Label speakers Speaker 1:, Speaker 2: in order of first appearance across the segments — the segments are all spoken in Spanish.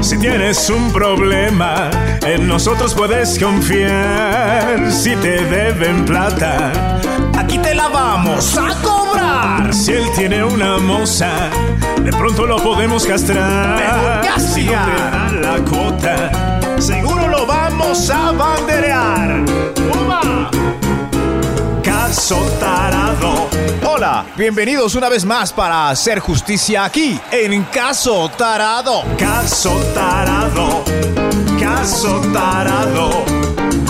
Speaker 1: Si tienes un problema, en nosotros puedes confiar. Si te deben plata,
Speaker 2: aquí te la vamos a cobrar.
Speaker 1: Si él tiene una moza, de pronto lo podemos castrar.
Speaker 2: Mejor
Speaker 1: Si no te da la cuota,
Speaker 2: Seguro lo vamos a banderear. ¡Uva!
Speaker 1: caso tarado.
Speaker 2: Hola, bienvenidos una vez más para hacer justicia aquí, en Caso Tarado.
Speaker 1: Caso tarado, caso tarado.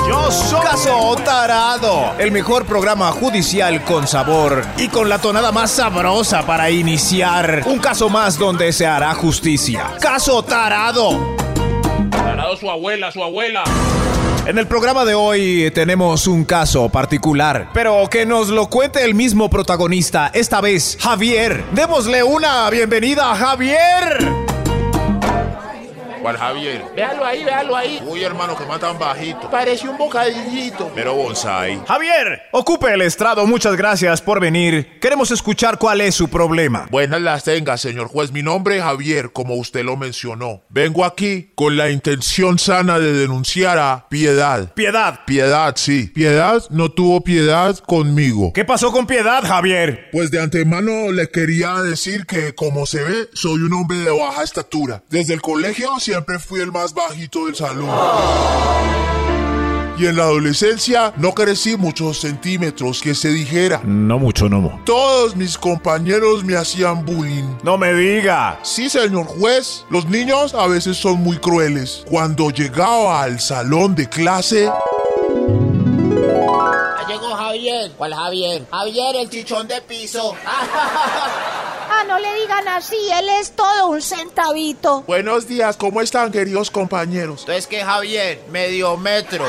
Speaker 2: Yo soy Caso Tarado, el mejor programa judicial con sabor y con la tonada más sabrosa para iniciar un caso más donde se hará justicia. Caso Tarado.
Speaker 3: Tarado su abuela, su abuela.
Speaker 2: En el programa de hoy tenemos un caso particular, pero que nos lo cuente el mismo protagonista, esta vez Javier. Démosle una bienvenida a Javier.
Speaker 4: ¿Cuál Javier?
Speaker 5: Véalo ahí, véalo ahí.
Speaker 4: Uy, hermano, que más tan bajito.
Speaker 5: Parece un bocadillito.
Speaker 4: Mero bonsai.
Speaker 2: Javier, ocupe el estrado, muchas gracias por venir. Queremos escuchar cuál es su problema.
Speaker 4: Buenas las tenga, señor juez. Mi nombre es Javier, como usted lo mencionó. Vengo aquí con la intención sana de denunciar a Piedad.
Speaker 2: Piedad.
Speaker 4: Piedad, sí. Piedad no tuvo piedad conmigo.
Speaker 2: ¿Qué pasó con Piedad, Javier?
Speaker 4: Pues de antemano le quería decir que, como se ve, soy un hombre de baja estatura. Desde el colegio siempre fui el más bajito del salón. Y en la adolescencia no crecí muchos centímetros que se dijera.
Speaker 2: No mucho, no.
Speaker 4: Todos mis compañeros me hacían bullying.
Speaker 2: No me diga.
Speaker 4: Sí, señor juez, los niños a veces son muy crueles. Cuando llegaba al salón de clase,
Speaker 5: Ya llegó Javier. ¿Cuál Javier? Javier, el chichón de piso.
Speaker 6: Ah, no le digan así, él es todo un centavito.
Speaker 4: buenos días, ¿cómo están, queridos compañeros?
Speaker 5: Entonces, que Javier? Medio metro.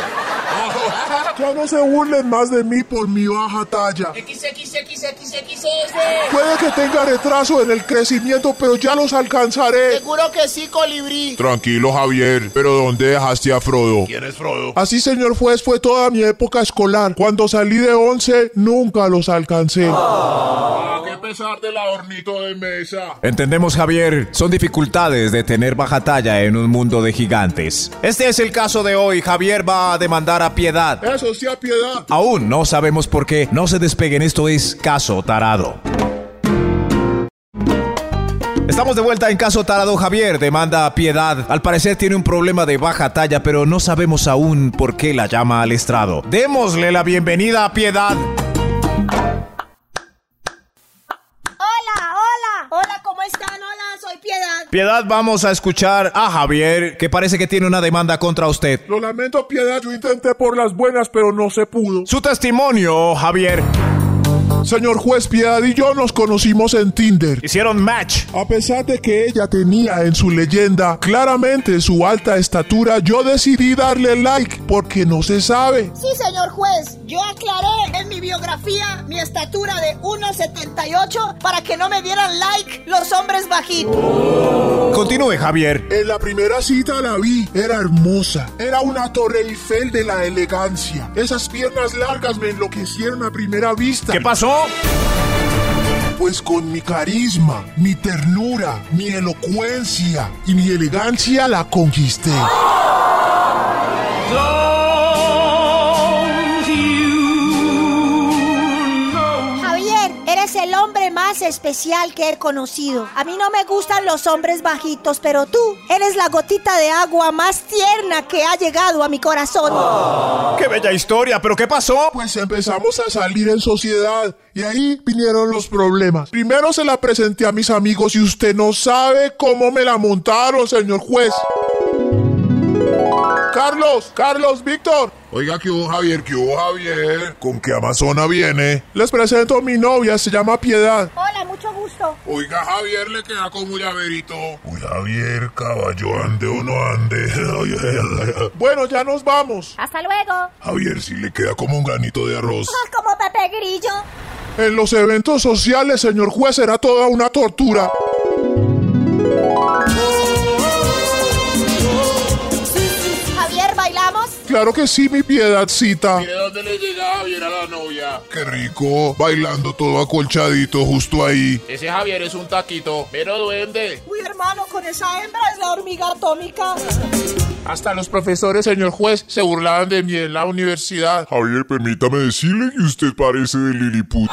Speaker 4: Ya no se burlen más de mí por mi baja talla.
Speaker 5: XXXXXXS.
Speaker 4: Puede que tenga retraso en el crecimiento, pero ya los alcanzaré.
Speaker 5: Seguro que sí, colibrí.
Speaker 4: Tranquilo, Javier, pero ¿dónde dejaste a Frodo? ¿Quién es Frodo? Así, señor juez, fue toda mi época escolar. Cuando salí de 11, nunca los alcancé. Ah, qué pesar del adornito de mesa.
Speaker 2: Entendemos, Javier, son dificultades de tener baja talla en un mundo de gigantes. Este es el caso de hoy, Javier va a demandar a Piedad.
Speaker 4: Eso sí, a piedad.
Speaker 2: Aún no sabemos por qué, no se despeguen, esto es Caso Tarado. Estamos de vuelta en Caso Tarado Javier, demanda a Piedad. Al parecer tiene un problema de baja talla, pero no sabemos aún por qué la llama al estrado. Démosle la bienvenida a Piedad.
Speaker 6: Hola, hola. Hola, ¿cómo están? Hola, soy Piedad.
Speaker 2: Piedad, vamos a escuchar a Javier, que parece que tiene una demanda contra usted.
Speaker 4: Lo lamento, piedad. Yo intenté por las buenas, pero no se pudo.
Speaker 2: Su testimonio, Javier.
Speaker 4: Señor juez, piedad y yo nos conocimos en Tinder.
Speaker 2: Hicieron match.
Speaker 4: A pesar de que ella tenía en su leyenda claramente su alta estatura, yo decidí darle like porque no se sabe.
Speaker 6: Sí, señor juez, yo aclaré en mi biografía mi estatura de 1.78 para que no me dieran like los hombres bajitos.
Speaker 2: Continúe, Javier.
Speaker 4: En la primera cita la vi, era hermosa, era una torre Eiffel de la elegancia. Esas piernas largas me enloquecieron a primera vista.
Speaker 2: ¿Qué pasó?
Speaker 4: Pues con mi carisma, mi ternura, mi elocuencia y mi elegancia la conquisté.
Speaker 6: Javier, eres el hombre más especial que he conocido. A mí no me gustan los hombres bajitos, pero tú eres la gotita de agua más tierna que ha llegado a mi corazón.
Speaker 2: ¡Qué bella historia! ¿Pero qué pasó?
Speaker 4: Pues empezamos a salir en sociedad y ahí vinieron los problemas. Primero se la presenté a mis amigos y usted no sabe cómo me la montaron, señor juez. Carlos, Carlos, Víctor. Oiga, que hubo Javier? que hubo Javier? ¿Con qué Amazona viene? Les presento a mi novia, se llama Piedad.
Speaker 6: Hola, mucho gusto.
Speaker 4: Oiga, Javier le queda como un llaverito. Uy, Javier, caballo, ande o no ande. bueno, ya nos vamos.
Speaker 6: Hasta luego.
Speaker 4: Javier, si le queda como un granito de arroz.
Speaker 6: Como Pepe Grillo.
Speaker 4: En los eventos sociales, señor juez, era toda una tortura.
Speaker 6: Javier, ¿bailamos?
Speaker 4: Claro que sí, mi piedadcita. Mire dónde le llegaba bien a la novia. Qué rico, bailando todo acolchadito justo ahí.
Speaker 3: Ese Javier es un taquito. Pero duende.
Speaker 6: Muy hermoso. hermano, con esa hembra es la hormiga atómica.
Speaker 4: Hasta los profesores, señor juez, se burlaban de mí en la universidad.
Speaker 7: Javier, permítame decirle que usted parece de Lilliput.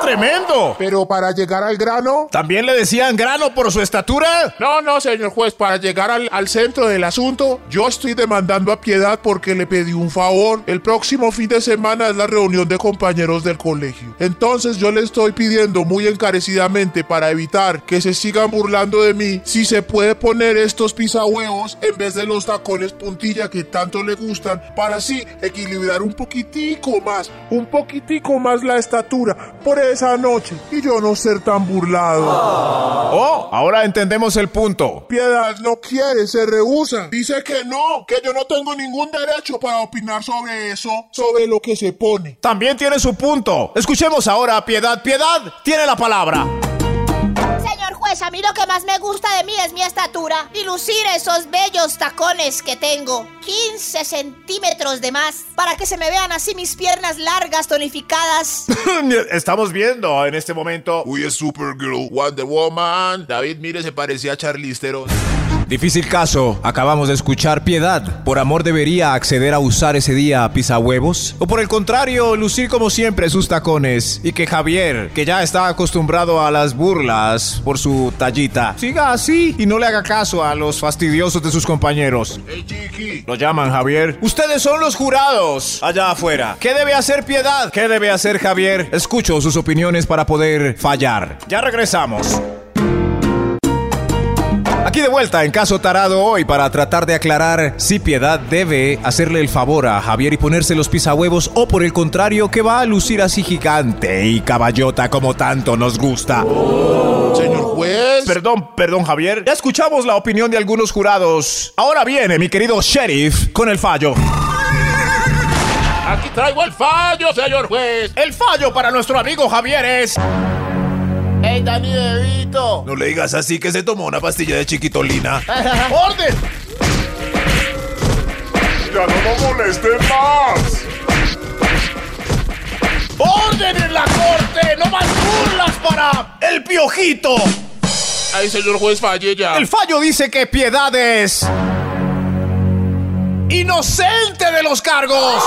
Speaker 2: ¡Tremendo!
Speaker 4: Pero para llegar al grano...
Speaker 2: ¿También le decían grano por su estatura?
Speaker 4: No, no, señor juez, para llegar al, al centro del asunto, yo estoy demandando a Piedad porque le pedí un favor. El próximo fin de semana es la reunión de compañeros del colegio. Entonces yo le estoy pidiendo muy encarecidamente para evitar que se sigan burlando de mí si se puede poner estos pisahuevos en vez de los tacones puntilla que tanto le gustan para así equilibrar un poquitico más, un poquitico más la estatura por esa noche y yo no ser tan burlado.
Speaker 2: Oh, ahora entendemos el punto.
Speaker 4: Piedad no quiere, se rehúsa. Dice que no, que yo no tengo ningún derecho para opinar sobre eso, sobre lo que se pone.
Speaker 2: También tiene su punto. Escuchemos ahora a Piedad. Piedad tiene la palabra.
Speaker 6: Señor juez, a mí lo que más me gusta de mí es mi estatura y lucir esos bellos tacones que tengo. 15 centímetros de más para que se me vean así mis piernas largas, tonificadas.
Speaker 2: Estamos viendo en este momento.
Speaker 4: Uy, es Supergirl, Wonder Woman. David, mire, se parecía a Charlize Theron.
Speaker 2: Difícil caso. Acabamos de escuchar Piedad. ¿Por amor debería acceder a usar ese día a pisahuevos? ¿O por el contrario, lucir como siempre sus tacones? Y que Javier, que ya está acostumbrado a las burlas por su tallita, siga así y no le haga caso a los fastidiosos de sus compañeros.
Speaker 4: Hey, Chiqui.
Speaker 2: Lo llaman Javier. Ustedes son los jurados allá afuera. ¿Qué debe hacer Piedad? ¿Qué debe hacer Javier? Escucho sus opiniones para poder fallar. Ya regresamos. Aquí de vuelta en Caso Tarado hoy para tratar de aclarar si Piedad debe hacerle el favor a Javier y ponerse los pisahuevos o por el contrario que va a lucir así gigante y caballota como tanto nos gusta.
Speaker 4: Señor juez.
Speaker 2: Perdón, perdón Javier. Ya escuchamos la opinión de algunos jurados. Ahora viene mi querido sheriff con el fallo.
Speaker 3: Aquí traigo el fallo, señor juez.
Speaker 2: El fallo para nuestro amigo Javier es...
Speaker 5: ¡Ey, Dani Devito!
Speaker 2: No le digas así que se tomó una pastilla de chiquitolina. ¡Orden!
Speaker 7: ¡Ya no lo molesten más!
Speaker 2: ¡Orden en la corte! ¡No más burlas para el piojito!
Speaker 3: Ay, señor juez, fallé ya.
Speaker 2: El fallo dice que Piedad es... ¡Inocente de los cargos!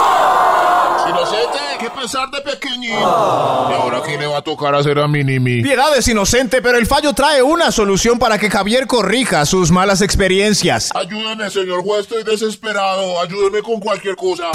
Speaker 3: Inocente.
Speaker 4: Qué pesar de pequeñito. ¿Y ahora qué le va a tocar hacer a Minimi?
Speaker 2: Piedad es inocente, pero el fallo trae una solución para que Javier corrija sus malas experiencias.
Speaker 4: Ayúdeme, señor juez, estoy desesperado. Ayúdeme con cualquier cosa.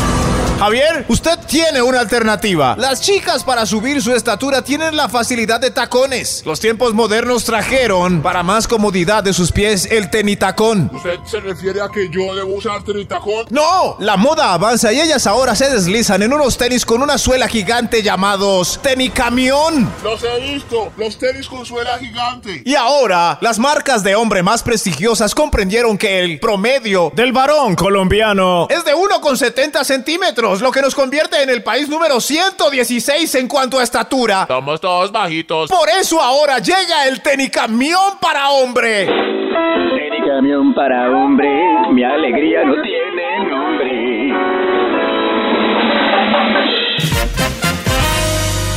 Speaker 2: Javier, usted tiene una alternativa. Las chicas para subir su estatura tienen la facilidad de tacones. Los tiempos modernos trajeron para más comodidad de sus pies el tenitacón.
Speaker 4: ¿Usted se refiere a que yo debo usar tritacón?
Speaker 2: No, la moda avanza y ellas ahora se deslizan en unos tenis con una suela gigante llamados tenicamión.
Speaker 4: Los he visto, los tenis con suela gigante.
Speaker 2: Y ahora, las marcas de hombre más prestigiosas comprendieron que el promedio del varón colombiano es de 1,70 centímetros, lo que nos convierte en el país número 116 en cuanto a estatura.
Speaker 3: Somos todos bajitos.
Speaker 2: Por eso ahora llega el tenicamión para hombre.
Speaker 8: Tenis camión para hombre, mi alegría no tiene nombre.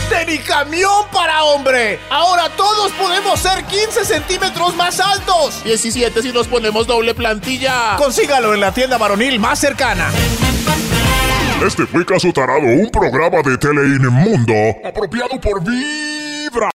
Speaker 2: ¡Tenicamión para hombre! Ahora todos podemos ser 15 centímetros más altos.
Speaker 3: 17 si nos ponemos doble plantilla.
Speaker 2: Consígalo en la tienda varonil más cercana.
Speaker 7: Este fue Caso Tarado, un programa de Tele Mundo apropiado por mí.